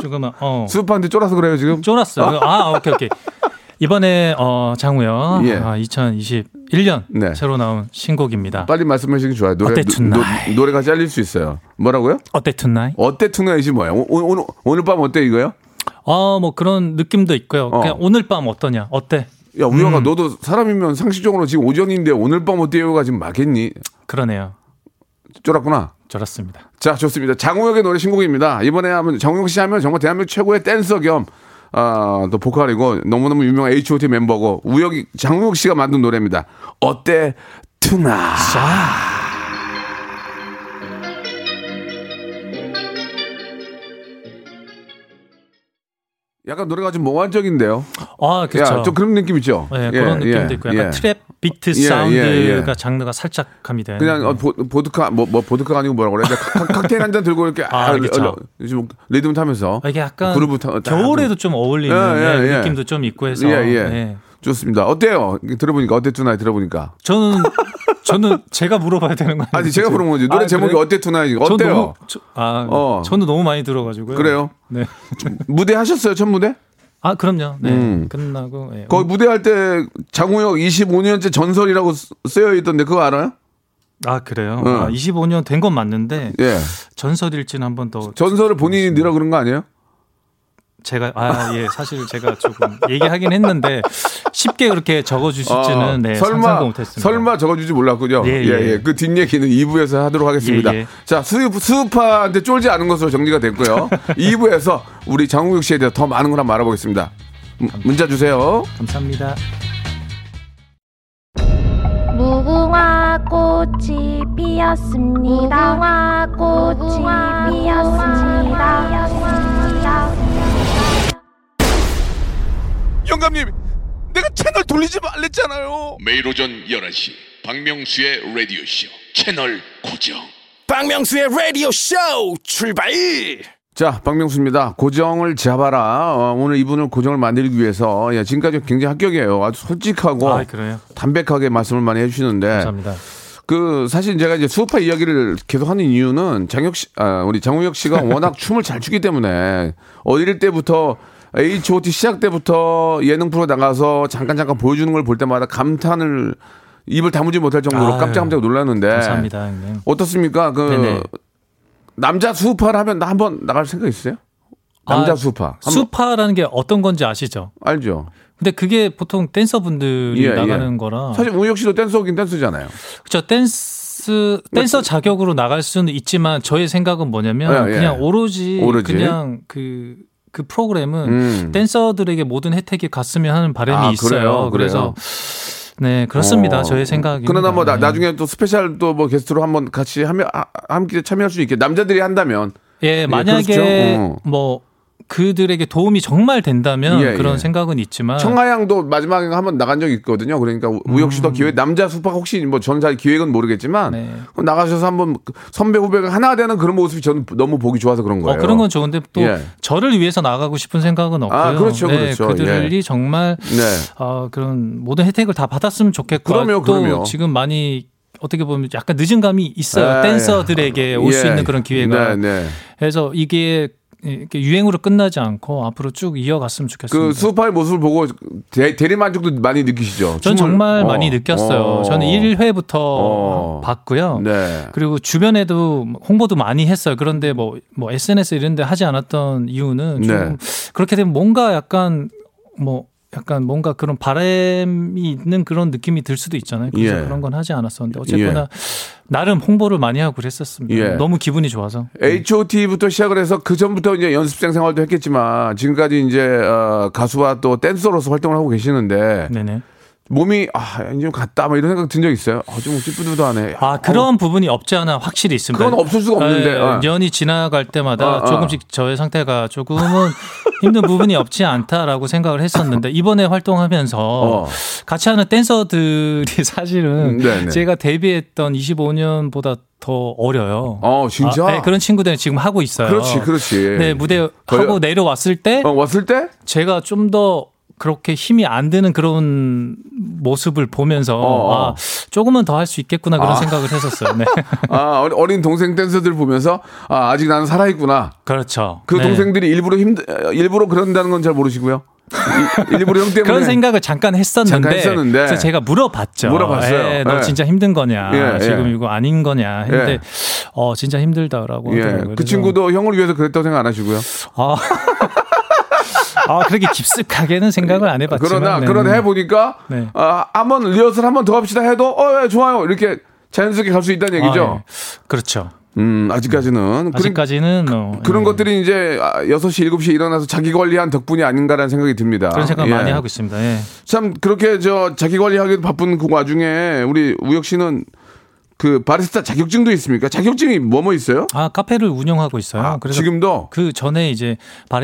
Speaker 6: 조금 어
Speaker 1: 수입판한테 쫄아서 그래요, 지금?
Speaker 6: 쫄았어요. 아 오케이 오케이. 이번에 어 장우요.
Speaker 1: 예.
Speaker 6: 아, 2021년
Speaker 1: 네.
Speaker 6: 새로 나온 신곡입니다.
Speaker 1: 빨리 말씀하시는 게 좋아요. 노래,
Speaker 6: 어때, tonight?
Speaker 1: 노, 래가 잘릴 수 있어요. 뭐라고요?
Speaker 6: 어때 투나이?
Speaker 1: 어때 투나잇이 뭐야? 오, 오, 오늘, 오늘 밤 어때 이거요?
Speaker 6: 어 뭐 그런 느낌도 있고요. 그냥 오늘 밤 어떠냐? 어때?
Speaker 1: 야 우영아 너도 사람이면 상식적으로 지금 오전인데 오늘 밤 어때요가 지금 맞겠니?
Speaker 6: 그러네요.
Speaker 1: 쫄았구나.
Speaker 6: 졸았습니다.
Speaker 1: 자 좋습니다. 장우혁의 노래 신곡입니다. 이번에 하면 장우혁 씨 하면 정말 대한민국 최고의 댄서 겸 아, 또 보컬이고 너무너무 유명한 H.O.T 멤버고 우혁이 장우혁 씨가 만든 노래입니다. 어때 투나? 약간 노래가 좀 몽환적인데요.
Speaker 6: 아, 그렇죠.
Speaker 1: 야, 좀 그런 느낌 있죠.
Speaker 6: 네, 그런
Speaker 1: 예,
Speaker 6: 느낌도
Speaker 1: 예,
Speaker 6: 있고 약간
Speaker 1: 예.
Speaker 6: 트랩 비트
Speaker 1: 예,
Speaker 6: 사운드가
Speaker 1: 예, 예.
Speaker 6: 장르가 살짝 가미된.
Speaker 1: 그냥 어, 보, 보드카 뭐, 뭐 보드카가 아니고 뭐라고 그래? 칵- 칵- 칵테일 한 잔 들고 이렇게
Speaker 6: 아, 그쵸.
Speaker 1: 얼- 얼- 요즘 리듬 타면서
Speaker 6: 아, 이게 약간
Speaker 1: 그루브 타, 딱
Speaker 6: 겨울에도 좀 어울리는
Speaker 1: 예, 예, 예.
Speaker 6: 느낌도 좀 있고 해서.
Speaker 1: 예, 예.
Speaker 6: 네.
Speaker 1: 좋습니다. 어때요? 이게 들어보니까 어때 투나이 들어보니까
Speaker 6: 저는 저는 제가 물어봐야 되는 거 아니에요?
Speaker 1: 아니 제가 부른 건지 노래
Speaker 6: 아,
Speaker 1: 제목이
Speaker 6: 그래요?
Speaker 1: 어때 투나이
Speaker 6: 저
Speaker 1: 어때요?
Speaker 6: 너무 저, 아,
Speaker 1: 어.
Speaker 6: 저는 너무 많이 들어가지고요.
Speaker 1: 그래요?
Speaker 6: 네.
Speaker 1: 무대 하셨어요 첫 무대?
Speaker 6: 아, 그럼요. 네. 끝나고 예.
Speaker 1: 음. 거기 무대 할 때 장우혁 25년째 전설이라고 쓰- 쓰여 있던데 그거 알아요?
Speaker 6: 아, 그래요.
Speaker 1: 응.
Speaker 6: 아, 25년 된 건 맞는데
Speaker 1: 어. 예.
Speaker 6: 전설일진 한번 더
Speaker 1: 전설을 본인이 늘어 그런 거 아니에요?
Speaker 6: 제가 아, 예. 사실 제가 조금 얘기하긴 했는데 쉽게 그렇게 적어 주실지는
Speaker 1: 아,
Speaker 6: 네, 상상도
Speaker 1: 설마
Speaker 6: 못 했습니다.
Speaker 1: 설마 적어주지 몰랐군요.
Speaker 6: 예,
Speaker 1: 예예.
Speaker 6: 예.
Speaker 1: 그 뒷얘기는 2부에서 하도록 하겠습니다.
Speaker 6: 예, 예.
Speaker 1: 자 수입 수파한테 쫄지 않은 것으로 정리가 됐고요.
Speaker 6: (laughs)
Speaker 1: 2부에서 우리 장우혁 씨에 대해 더 많은 걸 한번 알아보겠습니다. 문- 문자 주세요.
Speaker 6: 감사합니다.
Speaker 7: 무궁화 꽃이 피었습니다. 무궁화 꽃이 피었습니다.
Speaker 1: 영감님, 내가 채널 돌리지 말랬잖아요.
Speaker 2: 매일 오전 11시 박명수의 라디오쇼 채널 고정
Speaker 5: 박명수의 라디오 쇼 출발!
Speaker 1: 자, 박명수입니다. 고정을 잡아라. 어, 오늘 이분을 고정을 만들기 위해서 예, 지금까지 굉장히 합격이에요. 아주 솔직하고
Speaker 6: 아, 그래요.
Speaker 1: 담백하게 말씀을 많이 해주시는데
Speaker 6: 감사합니다.
Speaker 1: 그 사실 제가 이제 수우파 이야기를 계속하는 이유는 장혁 씨, 아, 우리 장우혁
Speaker 6: (laughs)
Speaker 1: 씨가 워낙 춤을 잘 추기 때문에 어릴 때부터 H.O.T 시작 때부터 예능 프로 나가서 잠깐 잠깐 보여주는 걸 볼 때마다 감탄을 입을 다무지 못할 정도로
Speaker 6: 아유,
Speaker 1: 깜짝깜짝 놀랐는데
Speaker 6: 감사합니다, 형님.
Speaker 1: 어떻습니까? 그
Speaker 6: 네네.
Speaker 1: 남자 수우파를 하면 나 한번 나갈 생각 있어요? 남자
Speaker 6: 아,
Speaker 1: 수우파 한번-
Speaker 6: 수파라는 게 어떤 건지 아시죠?
Speaker 1: 알죠?
Speaker 6: 근데 그게 보통 댄서분들이
Speaker 1: 예, 예.
Speaker 6: 나가는 거라
Speaker 1: 사실 우혁 씨도 댄서긴 댄서잖아요.
Speaker 6: 그렇죠 댄스 댄서 자격으로 나갈 수는 있지만 저의 생각은 뭐냐면
Speaker 1: 예, 예.
Speaker 6: 그냥 오로지,
Speaker 1: 오로지.
Speaker 6: 그냥 그 그 프로그램은
Speaker 1: 음.
Speaker 6: 댄서들에게 모든 혜택이 갔으면 하는 바람이
Speaker 1: 아,
Speaker 6: 있어요.
Speaker 1: 그래요?
Speaker 6: 그래서네 그렇습니다. 네.
Speaker 1: 어,
Speaker 6: 저의 생각이.
Speaker 1: 그러나 뭐 나,
Speaker 6: 음.
Speaker 1: 나중에 또 스페셜 또 뭐 게스트로 한번 같이 하면 아, 함께 참여할 수 있게 남자들이 한다면
Speaker 6: 예 만약에
Speaker 1: 그렇죠. 어.
Speaker 6: 뭐 그들에게 도움이 정말 된다면
Speaker 1: 예,
Speaker 6: 그런
Speaker 1: 예.
Speaker 6: 생각은 있지만
Speaker 1: 청하양도 마지막에 한번 나간 적이 있거든요. 그러니까 우- 우혁 씨도 기회 남자 수파 혹시 뭐 저는 잘 기획은 모르겠지만
Speaker 6: 음. 네.
Speaker 1: 그럼 나가셔서 한번 그 선배 후배가 하나 되는 그런 모습이 저는 너무 보기 좋아서 그런
Speaker 6: 어,
Speaker 1: 거예요.
Speaker 6: 그런 건 좋은데 또
Speaker 1: 예.
Speaker 6: 저를 위해서 나가고 싶은 생각은 없고요. 네,
Speaker 1: 아, 그렇죠, 그렇죠.
Speaker 6: 그들이 정말
Speaker 1: 네.
Speaker 6: 어, 그런 모든 혜택을 다 받았으면 좋겠고
Speaker 1: 그럼요,
Speaker 6: 또
Speaker 1: 그럼요.
Speaker 6: 지금 많이 어떻게 보면 약간 늦은 감이 있어요.
Speaker 1: 아,
Speaker 6: 댄서들에게 올 수
Speaker 1: 예.
Speaker 6: 있는 그런 기회가.
Speaker 1: 네, 네.
Speaker 6: 그래서 이게 이렇게 유행으로 끝나지 않고 앞으로 쭉 이어갔으면 좋겠습니다.
Speaker 1: 그 수파의 모습을 보고 대, 대리 만족도 많이 느끼시죠.
Speaker 6: 저는
Speaker 1: 춤을-
Speaker 6: 정말
Speaker 1: 어,
Speaker 6: 많이 느꼈어요.
Speaker 1: 어.
Speaker 6: 저는 1회부터
Speaker 1: 어.
Speaker 6: 봤고요.
Speaker 1: 네.
Speaker 6: 그리고 주변에도 홍보도 많이 했어요. 그런데 뭐, 뭐 SNS 이런데 하지 않았던 이유는 좀
Speaker 1: 네.
Speaker 6: 그렇게 되면 뭔가 약간 뭐 약간 뭔가 그런 바람이 있는 그런 느낌이 들 수도 있잖아요. 그래서
Speaker 1: 예.
Speaker 6: 그런 건 하지 않았었는데 어쨌거나 나름 홍보를 많이 하고 그랬었습니다.
Speaker 1: 예.
Speaker 6: 너무 기분이 좋아서.
Speaker 1: H.O.T.부터 시작을 해서 그 전부터 이제 연습생 생활도 했겠지만 지금까지 이제 어, 가수와 또 댄서로서 활동을 하고 계시는데
Speaker 6: 네네.
Speaker 1: 몸이 아 이제 좀 갔다 뭐 이런 생각 든 적 있어요? 아좀 찌뿌드도하네.
Speaker 6: 아 그런 부분이 없지 않아 확실히 있습니다.
Speaker 1: 그건 없을 수가 없는데,
Speaker 6: 예,
Speaker 1: 어.
Speaker 6: 연이 지나갈 때마다
Speaker 1: 어, 어.
Speaker 6: 조금씩 저의 상태가 조금은 힘든 부분이 없지 않다라고 생각을 했었는데 이번에 활동하면서
Speaker 1: 어.
Speaker 6: 같이 하는 댄서들이 사실은
Speaker 1: 음, 네, 네.
Speaker 6: 제가 데뷔했던 25년보다 더 어려요.
Speaker 1: 어, 진짜?
Speaker 6: 네, 그런 친구들이 지금 하고 있어요.
Speaker 1: 그렇지, 그렇지.
Speaker 6: 네 무대
Speaker 1: 거의-
Speaker 6: 하고 내려왔을 때
Speaker 1: 어, 왔을 때?
Speaker 6: 제가 좀 더 그렇게 힘이 안 드는 그런 모습을 보면서
Speaker 1: 어, 어.
Speaker 6: 아 조금은 더 할 수 있겠구나 그런
Speaker 1: 아.
Speaker 6: 생각을 했었어요. 네.
Speaker 1: 아 어리- 어린 동생 댄서들 보면서 아 아직 나는 살아 있구나.
Speaker 6: 그렇죠.
Speaker 1: (laughs) 그
Speaker 6: 네.
Speaker 1: 동생들이 일부러 힘 일부러 그런다는 건 잘 모르시고요. 이- 일부러 형 때문에
Speaker 6: 그런 생각을 잠깐 했었는데,
Speaker 1: 잠깐 했었는데.
Speaker 6: 그래서 제가 물어봤죠.
Speaker 1: 물어봤어요.
Speaker 6: 예, 너
Speaker 1: 예.
Speaker 6: 진짜 힘든 거냐?
Speaker 1: 예, 예.
Speaker 6: 지금 이거 아닌 거냐? 했는데
Speaker 1: 예.
Speaker 6: 어 진짜 힘들다라고
Speaker 1: 예,
Speaker 6: 하더라고요.
Speaker 1: 그
Speaker 6: 그래서
Speaker 1: 친구도 형을 위해서 그랬다고 생각 안 하시고요.
Speaker 6: (laughs) 아, 아, 그렇게 깊숙하게는 생각을 안 해봤지만.
Speaker 1: 그러나
Speaker 6: 네.
Speaker 1: 그러나 해보니까
Speaker 6: 네.
Speaker 1: 아, 한번 리허설 한번 더 합시다 해도 어 예, 좋아요 이렇게 자연스럽게 갈 수 있다는
Speaker 6: 아,
Speaker 1: 얘기죠.
Speaker 6: 예. 그렇죠.
Speaker 1: 음 아직까지는 그런-
Speaker 6: 아직까지는 어,
Speaker 1: 그런
Speaker 6: 예.
Speaker 1: 것들이 이제 아, 6시, 7시에 일어나서 자기 관리한 덕분이 아닌가라는 생각이 듭니다.
Speaker 6: 그런 생각
Speaker 1: 예.
Speaker 6: 많이 하고 있습니다. 예.
Speaker 1: 참 그렇게 저 자기 관리하기도 바쁜 그 와중에 우리 우혁 씨는 그 바리스타 자격증도 있습니까? 자격증이 뭐뭐 있어요?
Speaker 6: 아 카페를 운영하고 있어요. 그래서
Speaker 1: 아, 지금도
Speaker 6: 그 전에 이제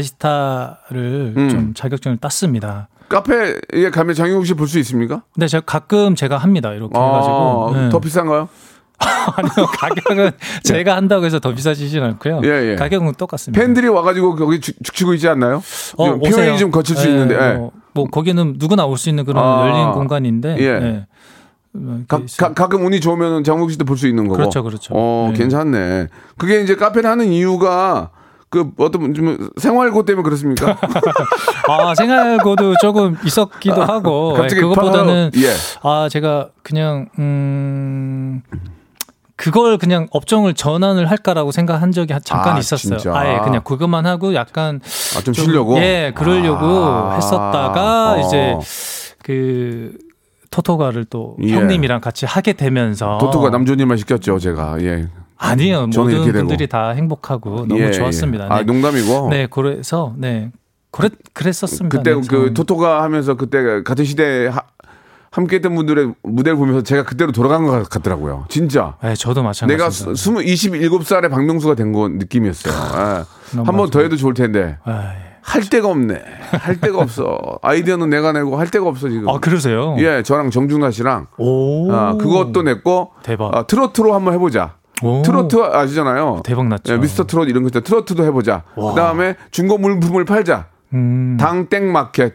Speaker 6: 바리스타를
Speaker 1: 음.
Speaker 6: 좀 자격증을 땄습니다.
Speaker 1: 카페에 가면 장영욱 씨 볼 수 있습니까?
Speaker 6: 근데 제가 가끔 제가 합니다. 이렇게
Speaker 1: 아,
Speaker 6: 해가지고 예.
Speaker 1: 더 비싼가요?
Speaker 6: (laughs) 아니요
Speaker 1: (laughs)
Speaker 6: 가격은 제가 한다고 해서 더 비싸지진 않고요.
Speaker 1: 예, 예.
Speaker 6: 가격은 똑같습니다.
Speaker 1: 팬들이 와가지고 거기 죽- 죽치고 있지 않나요?
Speaker 6: 어,
Speaker 1: 좀
Speaker 6: 오세요.
Speaker 1: 표현이 좀 거칠 수
Speaker 6: 예,
Speaker 1: 있는데 예.
Speaker 6: 뭐, 뭐 거기는 누구나 올 수 있는 그런
Speaker 1: 아,
Speaker 6: 열린 공간인데
Speaker 1: 예.
Speaker 6: 예. 음,
Speaker 1: 가,
Speaker 6: 이렇게 있어요.
Speaker 1: 가, 끔 운이 좋으면 장국 씨도 볼 수 있는 거고.
Speaker 6: 그렇죠, 그렇죠.
Speaker 1: 어,
Speaker 6: 네.
Speaker 1: 괜찮네. 그게 이제 카페를 하는 이유가 그 어떤 좀 생활고 때문에
Speaker 6: (laughs)
Speaker 1: 그렇습니까?
Speaker 6: 아 생활고도 조금 있었기도 하고 예,
Speaker 1: 아, 갑자기
Speaker 6: 그것보다는
Speaker 1: 바로, 예.
Speaker 6: 아 제가 그냥 음 그걸 그냥 업종을 전환을 할까라고 생각한 적이 한- 잠깐
Speaker 1: 아,
Speaker 6: 있었어요.
Speaker 1: 진짜?
Speaker 6: 아예 그냥 그것만 하고 약간
Speaker 1: 아, 좀 쉬려고?
Speaker 6: 예 그러려고
Speaker 1: 아.
Speaker 6: 했었다가
Speaker 1: 어.
Speaker 6: 이제 그 토토가를 또
Speaker 1: 예.
Speaker 6: 형님이랑 같이 하게 되면서
Speaker 1: 도토가 남조님만 시켰죠, 제가. 예.
Speaker 6: 어. 아니요
Speaker 1: 저는
Speaker 6: 모든
Speaker 1: 이렇게 되고.
Speaker 6: 분들이 다 행복하고 너무
Speaker 1: 예, 예.
Speaker 6: 좋았습니다.
Speaker 1: 아,
Speaker 6: 네.
Speaker 1: 농담이고.
Speaker 6: 네 그래서 네 그랬 그랬었습니다.
Speaker 1: 그때
Speaker 6: 네,
Speaker 1: 그
Speaker 6: 저는.
Speaker 1: 토토가 하면서 그때 같은 시대에 하- 함께했던 분들의 무대를 보면서 제가 그때로 돌아간 것 같- 같더라고요. 진짜.
Speaker 6: 네, 저도 마찬가지입니다.
Speaker 1: 내가 스- 스무 27살에 박명수가 된 건 느낌이었어요. 아,
Speaker 6: 너무
Speaker 1: 한 번 더
Speaker 6: 아쉽다.
Speaker 1: 해도 좋을 텐데.
Speaker 6: 아이.
Speaker 1: 할 데가 없네. 할 데가 없어. 아이디어는 내가 내고 할 데가 없어 지금.
Speaker 6: 아 그러세요?
Speaker 1: 예, 저랑 정준하 씨랑
Speaker 6: 오.
Speaker 1: 아, 그것도 냈고
Speaker 6: 대박.
Speaker 1: 아, 트로트로 한번 해보자.
Speaker 6: 오.
Speaker 1: 트로트 아시잖아요.
Speaker 6: 대박 났죠.
Speaker 1: 예, 미스터 트롯 이런 거 있잖아요. 트로트도 해보자. 그다음에 중고 물품을 팔자.
Speaker 6: 음.
Speaker 1: 당땡 마켓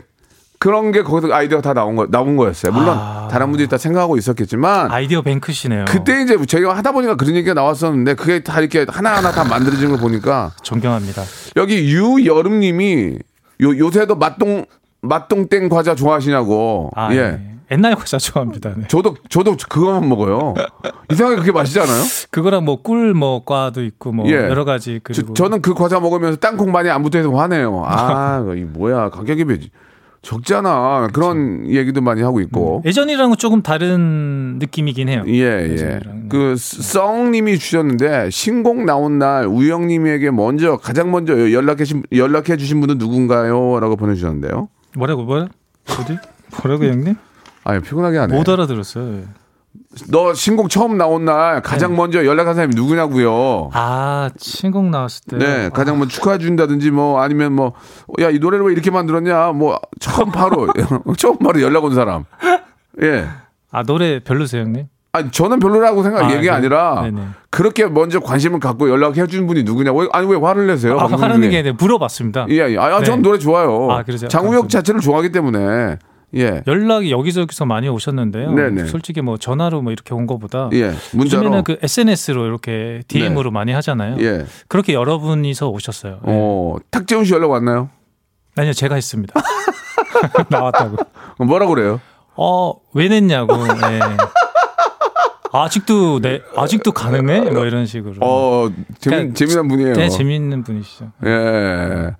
Speaker 1: 그런 게 거기서 아이디어 다 나온 거 나온 거였어요. 물론
Speaker 6: 아.
Speaker 1: 다른 분들이 다 생각하고 있었겠지만
Speaker 6: 아이디어 뱅크시네요.
Speaker 1: 그때 이제 저희가 하다 보니까 그런 얘기가 나왔었는데 그게 다 이렇게 하나하나 다 만들어진 걸 보니까
Speaker 6: 존경합니다.
Speaker 1: 여기 유여름님이 요 요새도 맛동 맛동땡 과자 좋아하시냐고.
Speaker 6: 아,
Speaker 1: 예.
Speaker 6: 예. 옛날 과자 좋아합니다. 네.
Speaker 1: 저도 저도 그거만 먹어요. 이상하게 그게 맛있잖아요.
Speaker 6: 그거랑 뭐 꿀 뭐 과도 있고 뭐
Speaker 1: 예.
Speaker 6: 여러 가지 그리고
Speaker 1: 저, 는그 과자 먹으면서 땅콩 반이 안 붙어서 화내요.
Speaker 6: (laughs)
Speaker 1: 아, 이 뭐야 가격이 왜 적잖아. 그런
Speaker 6: 그렇죠.
Speaker 1: 얘기도 많이 하고
Speaker 6: 음.
Speaker 1: 있고.
Speaker 6: 예전이랑은 조금 다른 느낌이긴 해요.
Speaker 1: 예, 예.
Speaker 6: 예전이랑.
Speaker 1: 그 썽님이 주셨는데 신곡 나온 날 우영님에게 먼저 가장 먼저 연락해 신 연락해 주신 분은 누군가요?라고 보내주셨는데요.
Speaker 6: 뭐라고 뭐라? 어디? 뭐라고 형님?
Speaker 1: 아니 피곤하게 안 해.
Speaker 6: 못 알아들었어요.
Speaker 1: 너 신곡 처음 나온 날
Speaker 6: 네.
Speaker 1: 가장 먼저 연락한 사람이 누구냐고요.
Speaker 6: 아, 신곡 나왔을 때.
Speaker 1: 네, 가장 뭐 축하해 준다든지 뭐 아니면 뭐 야 이 노래를 왜 이렇게 만들었냐 뭐 처음
Speaker 6: (laughs)
Speaker 1: 바로 (laughs) 처음 바로 연락 온 사람. 예.
Speaker 6: 아, 노래 별로세요, 형님?
Speaker 1: 아니 저는 별로라고 생각
Speaker 6: 아,
Speaker 1: 얘기 가
Speaker 6: 네.
Speaker 1: 아니라
Speaker 6: 네네.
Speaker 1: 그렇게 먼저 관심을 갖고 연락해 준 분이 누구냐. 왜- 아니 왜 화를 내세요?
Speaker 6: 아,
Speaker 1: 방송
Speaker 6: 하는
Speaker 1: 중에.
Speaker 6: 게 아니라 물어봤습니다.
Speaker 1: 예, 예. 아, 아, 전
Speaker 6: 네.
Speaker 1: 노래 좋아요.
Speaker 6: 아, 그러세요?
Speaker 1: 장우혁
Speaker 6: 감사합니다. 네.
Speaker 1: 자체를 좋아하기 때문에. 예.
Speaker 6: 연락이 여기저기서 많이 오셨는데요.
Speaker 1: 네네.
Speaker 6: 솔직히 뭐 전화로 뭐 이렇게 온 거보다
Speaker 1: 예. 문자로.
Speaker 6: 요즘에는 그 SNS로 이렇게 DM으로 많이 하잖아요.
Speaker 1: 예.
Speaker 6: 그렇게 여러분이서 오셨어요. 예.
Speaker 1: 어, 탁재훈 씨 연락 왔나요?
Speaker 6: 아니요, 제가 했습니다. (laughs) 나왔다고.
Speaker 1: 뭐라고 그래요?
Speaker 6: 어, 왜 냈냐고. 예. 아직도 내 아직도 가능해? 뭐 이런 식으로.
Speaker 1: 어, 재미,
Speaker 6: 그러니까
Speaker 1: 재미난 분이에요.
Speaker 6: 네, 재미있는 분이시죠.
Speaker 1: 예.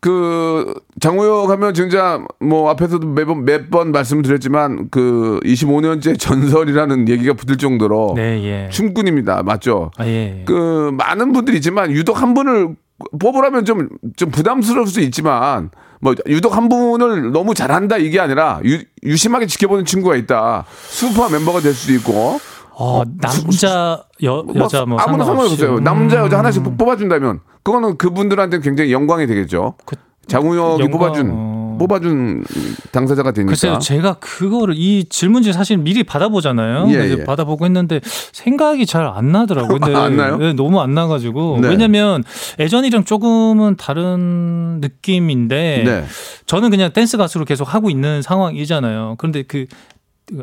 Speaker 1: 그 장우혁 하면 진짜 뭐 앞에서도 매번 몇 번 말씀드렸지만 그 25년째 전설이라는 얘기가 붙을 정도로
Speaker 6: 네, 예.
Speaker 1: 춤꾼입니다. 맞죠?
Speaker 6: 아, 예. 예.
Speaker 1: 그 많은 분들이 있지만 유독 한 분을 뽑으라면 좀 좀 부담스러울 수 있지만 뭐 유독 한 분을 너무 잘한다 이게 아니라 유, 유심하게 지켜보는 친구가 있다 슈퍼 멤버가 될 수도 있고
Speaker 6: 어, 남자 여, 여자 뭐
Speaker 1: 아무나
Speaker 6: 상관없이.
Speaker 1: 상관없어요
Speaker 6: 음,
Speaker 1: 남자 여자 하나씩 뽑아준다면 그거는 그분들한테 굉장히 영광이 되겠죠
Speaker 6: 그-
Speaker 1: 장우혁이
Speaker 6: 영광,
Speaker 1: 뽑아준
Speaker 6: 어.
Speaker 1: 뽑아준 당사자가 되니까
Speaker 6: 글쎄요, 제가 그거를 이 질문지 사실 미리 받아보잖아요.
Speaker 1: 예,
Speaker 6: 이제
Speaker 1: 예.
Speaker 6: 받아보고 했는데 생각이 잘 안 나더라고요. 근데
Speaker 1: (laughs) 안 나요?
Speaker 6: 네, 너무 안 나가지고
Speaker 1: 네.
Speaker 6: 왜냐면 예전이랑 조금은 다른 느낌인데
Speaker 1: 네.
Speaker 6: 저는 그냥 댄스 가수로 계속 하고 있는 상황이잖아요. 그런데 그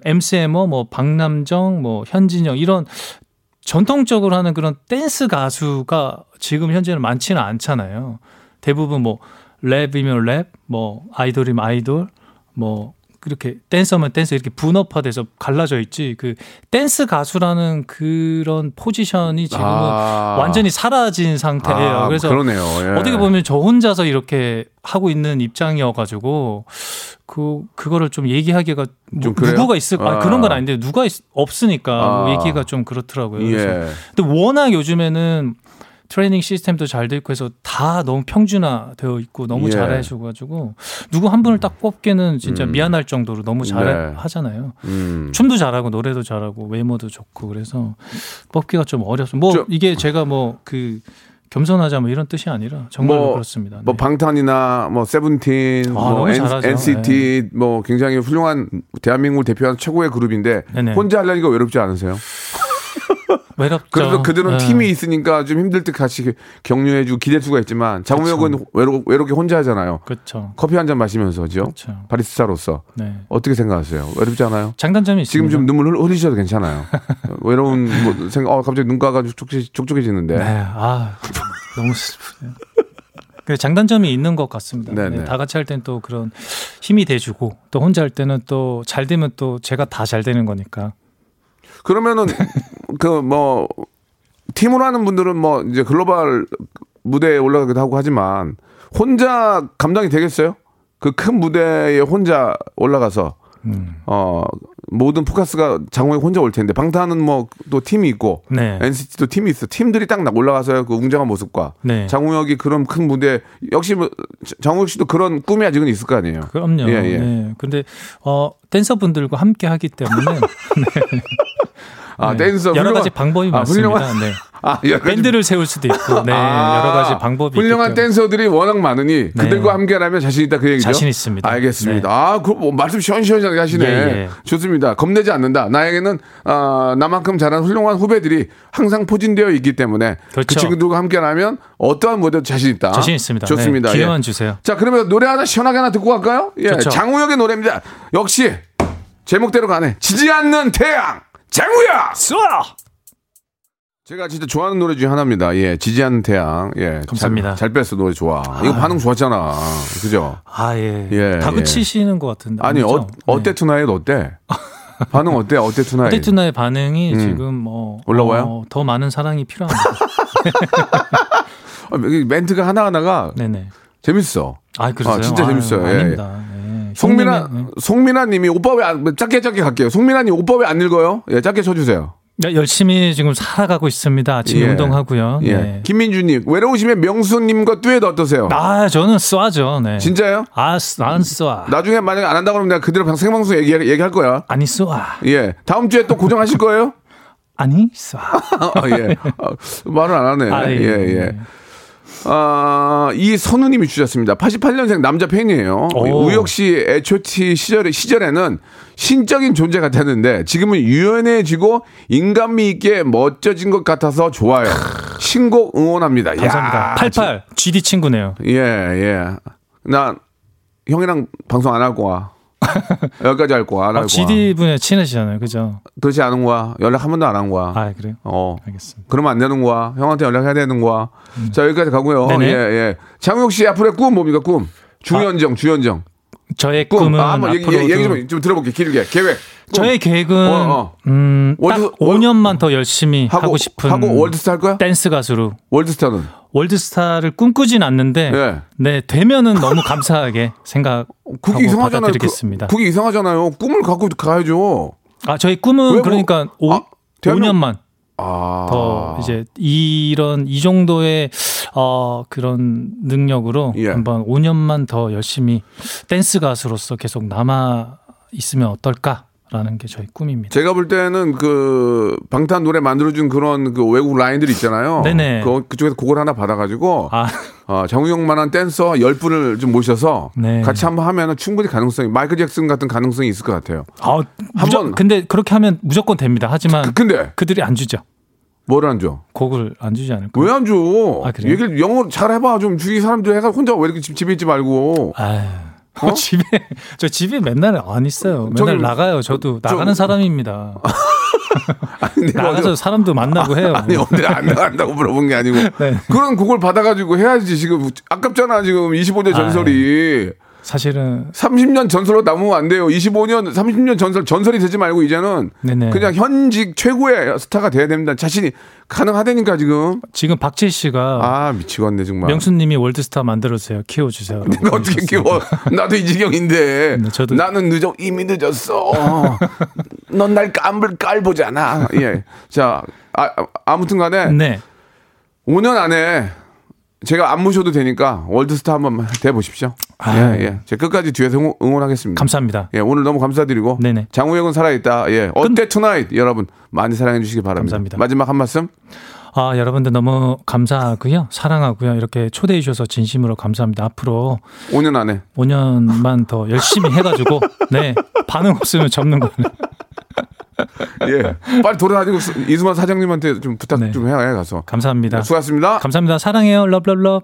Speaker 6: MCMO, 뭐 박남정, 뭐 현진영 이런 전통적으로 하는 그런 댄스 가수가 지금 현재는 많지는 않잖아요. 대부분 뭐 랩이면 랩, 뭐 아이돌이면 아이돌, 뭐 이렇게 댄서면 댄서 이렇게 분업화돼서 갈라져 있지 그 댄스 가수라는 그런 포지션이 지금은
Speaker 1: 아.
Speaker 6: 완전히 사라진 상태예요.
Speaker 1: 아,
Speaker 6: 그래서
Speaker 1: 그러네요. 예.
Speaker 6: 어떻게 보면 저 혼자서 이렇게 하고 있는 입장이어가지고 그 그거를 좀 얘기하기가 뭐
Speaker 1: 좀 그래요?
Speaker 6: 누구가 있을 아,
Speaker 1: 아.
Speaker 6: 그런 건 아닌데 누가 있- 없으니까 뭐
Speaker 1: 아.
Speaker 6: 얘기가 좀 그렇더라고요. 그래서
Speaker 1: 예.
Speaker 6: 근데 워낙 요즘에는 트레이닝 시스템도 잘 돼 있고 해서 다 너무 평준화되어 있고 너무
Speaker 1: 예. 음.
Speaker 6: 잘해주가지고 누구 한 분을 딱 뽑기는 진짜 미안할 정도로 너무
Speaker 1: 네.
Speaker 6: 잘하잖아요.
Speaker 1: 음.
Speaker 6: 춤도 잘하고 노래도 잘하고 외모도 좋고 그래서 뽑기가 좀 어렵습니다. 뭐
Speaker 1: 저-
Speaker 6: 이게 제가 뭐 그 겸손하자 뭐 이런 뜻이 아니라 정말 로 그렇습니다.
Speaker 1: 뭐
Speaker 6: 네. 아,
Speaker 1: 방탄이나 뭐 세븐틴, 뭐
Speaker 6: 너무
Speaker 1: N,
Speaker 6: 잘하죠. 네.
Speaker 1: NCT 뭐 굉장히 훌륭한 대한민국을 대표하는 최고의 그룹인데
Speaker 6: 네네.
Speaker 1: 혼자 하려니까 외롭지 않으세요?
Speaker 6: 외롭죠.
Speaker 1: 그래도 그들은
Speaker 6: 네.
Speaker 1: 팀이 있으니까 좀 힘들 때 같이 격려해주고 기댈수가 있지만 장우혁은 외로 외롭게 혼자 하잖아요.
Speaker 6: 그렇죠.
Speaker 1: 커피 한 잔 마시면서죠.
Speaker 6: 그렇죠.
Speaker 1: 바리스타로서
Speaker 6: 네.
Speaker 1: 어떻게 생각하세요? 외롭지 않아요?
Speaker 6: 장단점이
Speaker 1: 지금
Speaker 6: 있습니다.
Speaker 1: 좀 눈물 흘- 흘리셔도 괜찮아요. 외로운 뭐 생각, 어 갑자기 눈가가 촉촉해- 촉촉해지는데.
Speaker 6: 네. 아 너무 슬프네요. 그 장단점이 있는 것 같습니다.
Speaker 1: 네,
Speaker 6: 네,
Speaker 1: 네.
Speaker 6: 다 같이 할 땐 또 그런 힘이 돼주고 또 혼자 할 때는 또 잘 되면 또 제가 다 잘 되는 거니까.
Speaker 1: 그러면은 그 뭐 팀으로 하는 분들은 뭐 이제 글로벌 무대에 올라가기도 하고 하지만 혼자 감당이 되겠어요? 그 큰 무대에 혼자 올라가서
Speaker 6: 음.
Speaker 1: 어 모든 포커스가 장호에 혼자 올 텐데 방탄은 뭐 또 팀이 있고
Speaker 6: 네.
Speaker 1: NCT도 팀이 있어 팀들이 딱 나- 올라가서요 그 웅장한 모습과
Speaker 6: 네.
Speaker 1: 장우혁이 그런 큰 무대 역시 뭐 자- 장우혁 씨도 그런 꿈이 아직은 있을 거 아니에요.
Speaker 6: 그럼요.
Speaker 1: 예, 예.
Speaker 6: 네. 근데 어 댄서분들과 함께 하기 때문에
Speaker 1: 아
Speaker 6: 네.
Speaker 1: 댄서
Speaker 6: 여러
Speaker 1: 훌륭한-
Speaker 6: 가지 방법이
Speaker 1: 아,
Speaker 6: 많습니다.
Speaker 1: 훌륭한-
Speaker 6: 네.
Speaker 1: (laughs) 아, 여러 가지
Speaker 6: 밴드를 세울 수도 있고, 네,
Speaker 1: 아,
Speaker 6: 여러 가지 방법이
Speaker 1: 훌륭한
Speaker 6: 있기 때문에
Speaker 1: 댄서들이 워낙 많으니
Speaker 6: 네.
Speaker 1: 그들과 함께라면 자신 있다 그 얘기죠.
Speaker 6: 자신 있습니다.
Speaker 1: 알겠습니다.
Speaker 6: 네.
Speaker 1: 아, 그 뭐, 말씀 시원시원하게 하시네.
Speaker 6: 예, 예.
Speaker 1: 좋습니다. 겁내지 않는다. 나에게는 아, 나만큼 잘한 훌륭한 후배들이 항상 포진되어 있기 때문에 그
Speaker 6: 그렇죠.
Speaker 1: 친구들과 함께라면 어떠한 무대도 자신 있다.
Speaker 6: 자신 있습니다. 네,
Speaker 1: 좋습니다.
Speaker 6: 기회만
Speaker 1: 예.
Speaker 6: 주세요.
Speaker 1: 자, 그러면 노래 하나 시원하게 하나 듣고 갈까요? 예,
Speaker 6: 좋죠.
Speaker 1: 장우혁의 노래입니다. 역시 제목대로 가네. 지지 않는 태양. 장우혁. 제가 진짜 좋아하는 노래 중에 하나입니다. 예, 지지 않는 태양. 예,
Speaker 6: 감사합니다.
Speaker 1: 잘, 잘 뺐어 노래 좋아. 이거 반응 좋았잖아. 그죠?
Speaker 6: 아 예.
Speaker 1: 예,
Speaker 6: 다
Speaker 1: 예.
Speaker 6: 그치시는 것 같은데.
Speaker 1: 아니
Speaker 6: 아니죠?
Speaker 1: 어, 어때 투나잇 어때? 반응 어때? 어때 투나잇?
Speaker 6: 네. 어때투나의 반응이 지금 뭐
Speaker 1: 음. 올라와요?
Speaker 6: 어, 더 많은 사랑이 필요합니다.
Speaker 1: (laughs) 아, 이 멘트가 하나 하나가
Speaker 6: 네네.
Speaker 1: 재밌어.
Speaker 6: 아 그러세요?
Speaker 1: 아, 진짜
Speaker 6: 아유,
Speaker 1: 재밌어요. 예, 예.
Speaker 6: 아닙니다. 예.
Speaker 1: 송민아
Speaker 6: 형님의-
Speaker 1: 송민아님이 오빠 왜 안, 짧게 짧게 갈게요. 송민아님 오빠 왜 안 읽어요? 예, 짧게 쳐주세요.
Speaker 6: 네, 열심히 지금 살아가고 있습니다. 아침
Speaker 1: 예.
Speaker 6: 운동하고요.
Speaker 1: 예,
Speaker 6: 네.
Speaker 1: 김민주님 외로우시면 명수님과 듀엣 어떠세요?
Speaker 6: 아 저는 쏴죠. 네.
Speaker 1: 진짜요?
Speaker 6: 아, 쓰- 안 쏴.
Speaker 1: 나중에 만약에 안 한다 그러면 내가 그대로 방- 생방송 얘기 얘기할 거야.
Speaker 6: 아니 쏴.
Speaker 1: 예, 다음 주에 또 고정하실 거예요? (laughs)
Speaker 6: 아니 쏴.
Speaker 1: 아, 예. 아, 말을 안 하네.
Speaker 6: 아,
Speaker 1: 예,
Speaker 6: 예,
Speaker 1: 예. 아, 이 선우님이 주셨습니다. 88년생 남자 팬이에요.
Speaker 6: 오.
Speaker 1: 우혁 씨 애초티 시절에, 시절에는 신적인 존재 같았는데 지금은 유연해지고 인간미 있게 멋져진 것 같아서 좋아요. 신곡 응원합니다.
Speaker 6: 감사합니다.
Speaker 1: 야,
Speaker 6: 88 GD 친구네요.
Speaker 1: 지- 예, 예. 나 형이랑 방송 안 할
Speaker 6: (laughs)
Speaker 1: 거야. 여기까지 할 거야. 안할
Speaker 6: 아,
Speaker 1: 거야.
Speaker 6: GD 분이 친해지잖아요. 그죠?
Speaker 1: 그렇지 않은 거야. 연락 한 번도 안 한 거야.
Speaker 6: 아, 그래요?
Speaker 1: 어.
Speaker 6: 알겠습니다. 음.
Speaker 1: 그러면 안 되는 거야. 형한테 연락해야 되는 거야. 자, 여기까지 가고요.
Speaker 6: 네네.
Speaker 1: 예, 예. 장우혁 씨 앞으로의 꿈 뭡니까? 꿈. 주연정, 주연정.
Speaker 6: 저의
Speaker 1: 꿈.
Speaker 6: 아, 꿈은
Speaker 1: 아, 한번 얘기,
Speaker 6: 앞으로도
Speaker 1: 얘기, 얘기 좀, 좀 들어볼게요. 길게. 계획. 꿈.
Speaker 6: 저의 계획은
Speaker 1: 어, 어.
Speaker 6: 음, 딱
Speaker 1: 월드- 월-
Speaker 6: 5년만 더 열심히 하고, 싶은
Speaker 1: 하고 월드스타 할 거야?
Speaker 6: 댄스 가수로
Speaker 1: 월드스타는.
Speaker 6: 월드스타를 꿈꾸진 않는데
Speaker 1: 예.
Speaker 6: 네 되면은 너무 감사하게 생각하고
Speaker 1: 그게 어, 이상하잖아요.
Speaker 6: 받아들이겠습니다.
Speaker 1: 그, 그게 이상하잖아요. 꿈을 갖고 가야죠.
Speaker 6: 아 저의
Speaker 1: 왜
Speaker 6: 꿈은
Speaker 1: 뭐-
Speaker 6: 그러니까 오
Speaker 1: 아, 대한민국-
Speaker 6: 5년만
Speaker 1: 아.
Speaker 6: 더 이제 이런 이 정도의 어 그런 능력으로
Speaker 1: 예.
Speaker 6: 한번 5년만 더 열심히 댄스 가수로서 계속 남아 있으면 어떨까라는 게 저희 꿈입니다.
Speaker 1: 제가 볼 때는 그 방탄 노래 만들어준 그런 그 외국 라인들 있잖아요.
Speaker 6: 네네.
Speaker 1: 그, 그쪽에서 곡을 하나 받아가지고
Speaker 6: 아
Speaker 1: 어, 장우영만한 댄서 10분을 좀 모셔서
Speaker 6: 네.
Speaker 1: 같이 한번 하면 충분히 가능성이 마이클 잭슨 같은 가능성이 있을 것 같아요.
Speaker 6: 아, 무조,
Speaker 1: 번-
Speaker 6: 근데 그렇게 하면 무조건 됩니다. 하지만
Speaker 1: 그- 근데
Speaker 6: 그들이 안 주죠.
Speaker 1: 뭐를 안 줘?
Speaker 6: 곡을 안 주지 않을까?
Speaker 1: 왜 안 줘?
Speaker 6: 아, 그래요?
Speaker 1: 얘기를 영어로 잘 해봐. 좀 주위 사람들 해가 혼자 왜 이렇게 집- 집에 있지 말고.
Speaker 6: 아, (laughs) 집에 저 집에 맨날 안 있어요. 맨날
Speaker 1: 어? 저기-
Speaker 6: 나가요. 저도
Speaker 1: 저- 뭐
Speaker 6: 나가는 사람입니다.
Speaker 1: 아니, 내가
Speaker 6: 나가서
Speaker 1: 어디-
Speaker 6: 사람도 만나고 해요.
Speaker 1: 아니 어디 안 나간다고 물어본 게 아니고
Speaker 6: 네. 네.
Speaker 1: 그런 곡을 받아가지고 해야지 지금 아깝잖아 지금 25년 전설이
Speaker 6: 사실은
Speaker 1: 30년 전설로 남으면 안 돼요. 25년, 30년 전설, 전설이 되지 말고 이제는
Speaker 6: 네네.
Speaker 1: 그냥 현직 최고의 스타가 돼야 됩니다. 자신이 가능하다니까 지금.
Speaker 6: 지금 박지 씨가
Speaker 1: 아, 미치겠네, 정말.
Speaker 6: 명수님이 월드스타 만들어주세요. 키워주세요.
Speaker 1: (laughs) 내가 어떻게 키워? 나도 이 지경인데.
Speaker 6: 네, 저도-
Speaker 1: 나는 늦어 이미 늦었어. 넌 날 깜불 깔보잖아. 예. 자, 아, 아무튼간에
Speaker 6: 네.
Speaker 1: 5년 안에 제가 안 모셔도 되니까 월드스타 한번 돼 보십시오.
Speaker 6: 아.
Speaker 1: 예, 예. 제 끝까지 뒤에서 응원- 응원하겠습니다.
Speaker 6: 감사합니다.
Speaker 1: 예, 오늘 너무 감사드리고
Speaker 6: 네네.
Speaker 1: 장우혁은 살아있다. 예, 어때 투나잇 여러분 많이 사랑해 주시기 바랍니다.
Speaker 6: 감사합니다.
Speaker 1: 마지막 한 말씀.
Speaker 6: 아, 여러분들 너무 감사하고요. 사랑하고요. 이렇게 초대해 주셔서 진심으로 감사합니다. 앞으로
Speaker 1: 5년 안에
Speaker 6: 5년만 더 열심히 해가지고 네 반응 없으면 접는 걸로
Speaker 1: 예, 빨리 돌아다니고 수- 이수만 사장님한테 좀 부탁
Speaker 6: 네.
Speaker 1: 좀 해요. 예, 가서
Speaker 6: 감사합니다.
Speaker 1: 수고하셨습니다.
Speaker 6: 감사합니다. 사랑해요. 럽럽럽.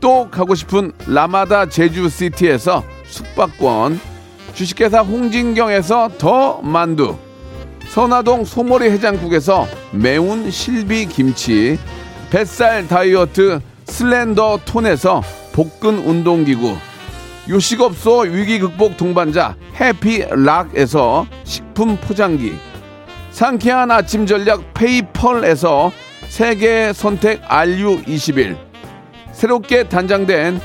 Speaker 1: 또 가고 싶은 라마다 제주시티에서 숙박권 주식회사 홍진경에서 더 만두 선화동 소머리 해장국에서 매운 실비 김치, 뱃살 다이어트 슬렌더 톤에서 복근 운동기구, 요식업소 위기 극복 동반자 해피락에서 식품 포장기, 상쾌한 아침 전략 페이펄에서 세계 선택 RU21, 새롭게 단장된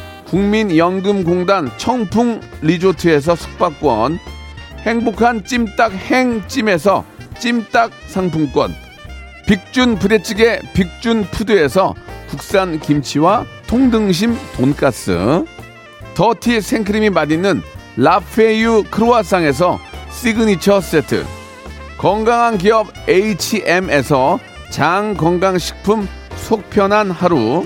Speaker 1: 국민연금공단 청풍 리조트에서 숙박권, 행복한 찜닭 행찜에서 찜닭 상품권 빅준 부대찌개 빅준 푸드에서 국산 김치와 통등심 돈가스 더티 생크림이 맛있는 라페유 크루아상에서 시그니처 세트 건강한 기업 HM에서 장 건강식품 속편한 하루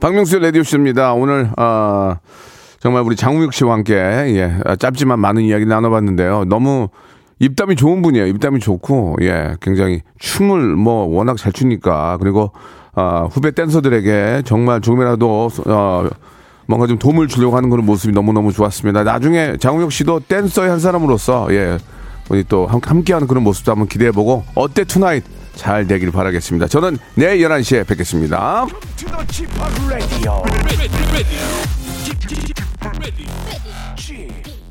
Speaker 1: 박명수의 라디오쇼입니다. 오늘 아, 정말 우리 장우혁 씨와 함께 예, 아, 짧지만 많은 이야기 나눠봤는데요. 너무 입담이 좋은 분이에요. 입담이 좋고 예, 굉장히 춤을 뭐 워낙 잘 추니까 그리고 아, 후배 댄서들에게 정말 조금이라도 어, 뭔가 좀 도움을 주려고 하는 그런 모습이 너무너무 좋았습니다. 나중에 장우혁 씨도 댄서의 한 사람으로서 예, 우리 또 함- 함께하는 그런 모습도 한번 기대해보고 어때 투나잇 잘 되길 바라겠습니다. 저는 내일 11시에 뵙겠습니다.
Speaker 3: radio.
Speaker 2: ready, ready. ready. ready.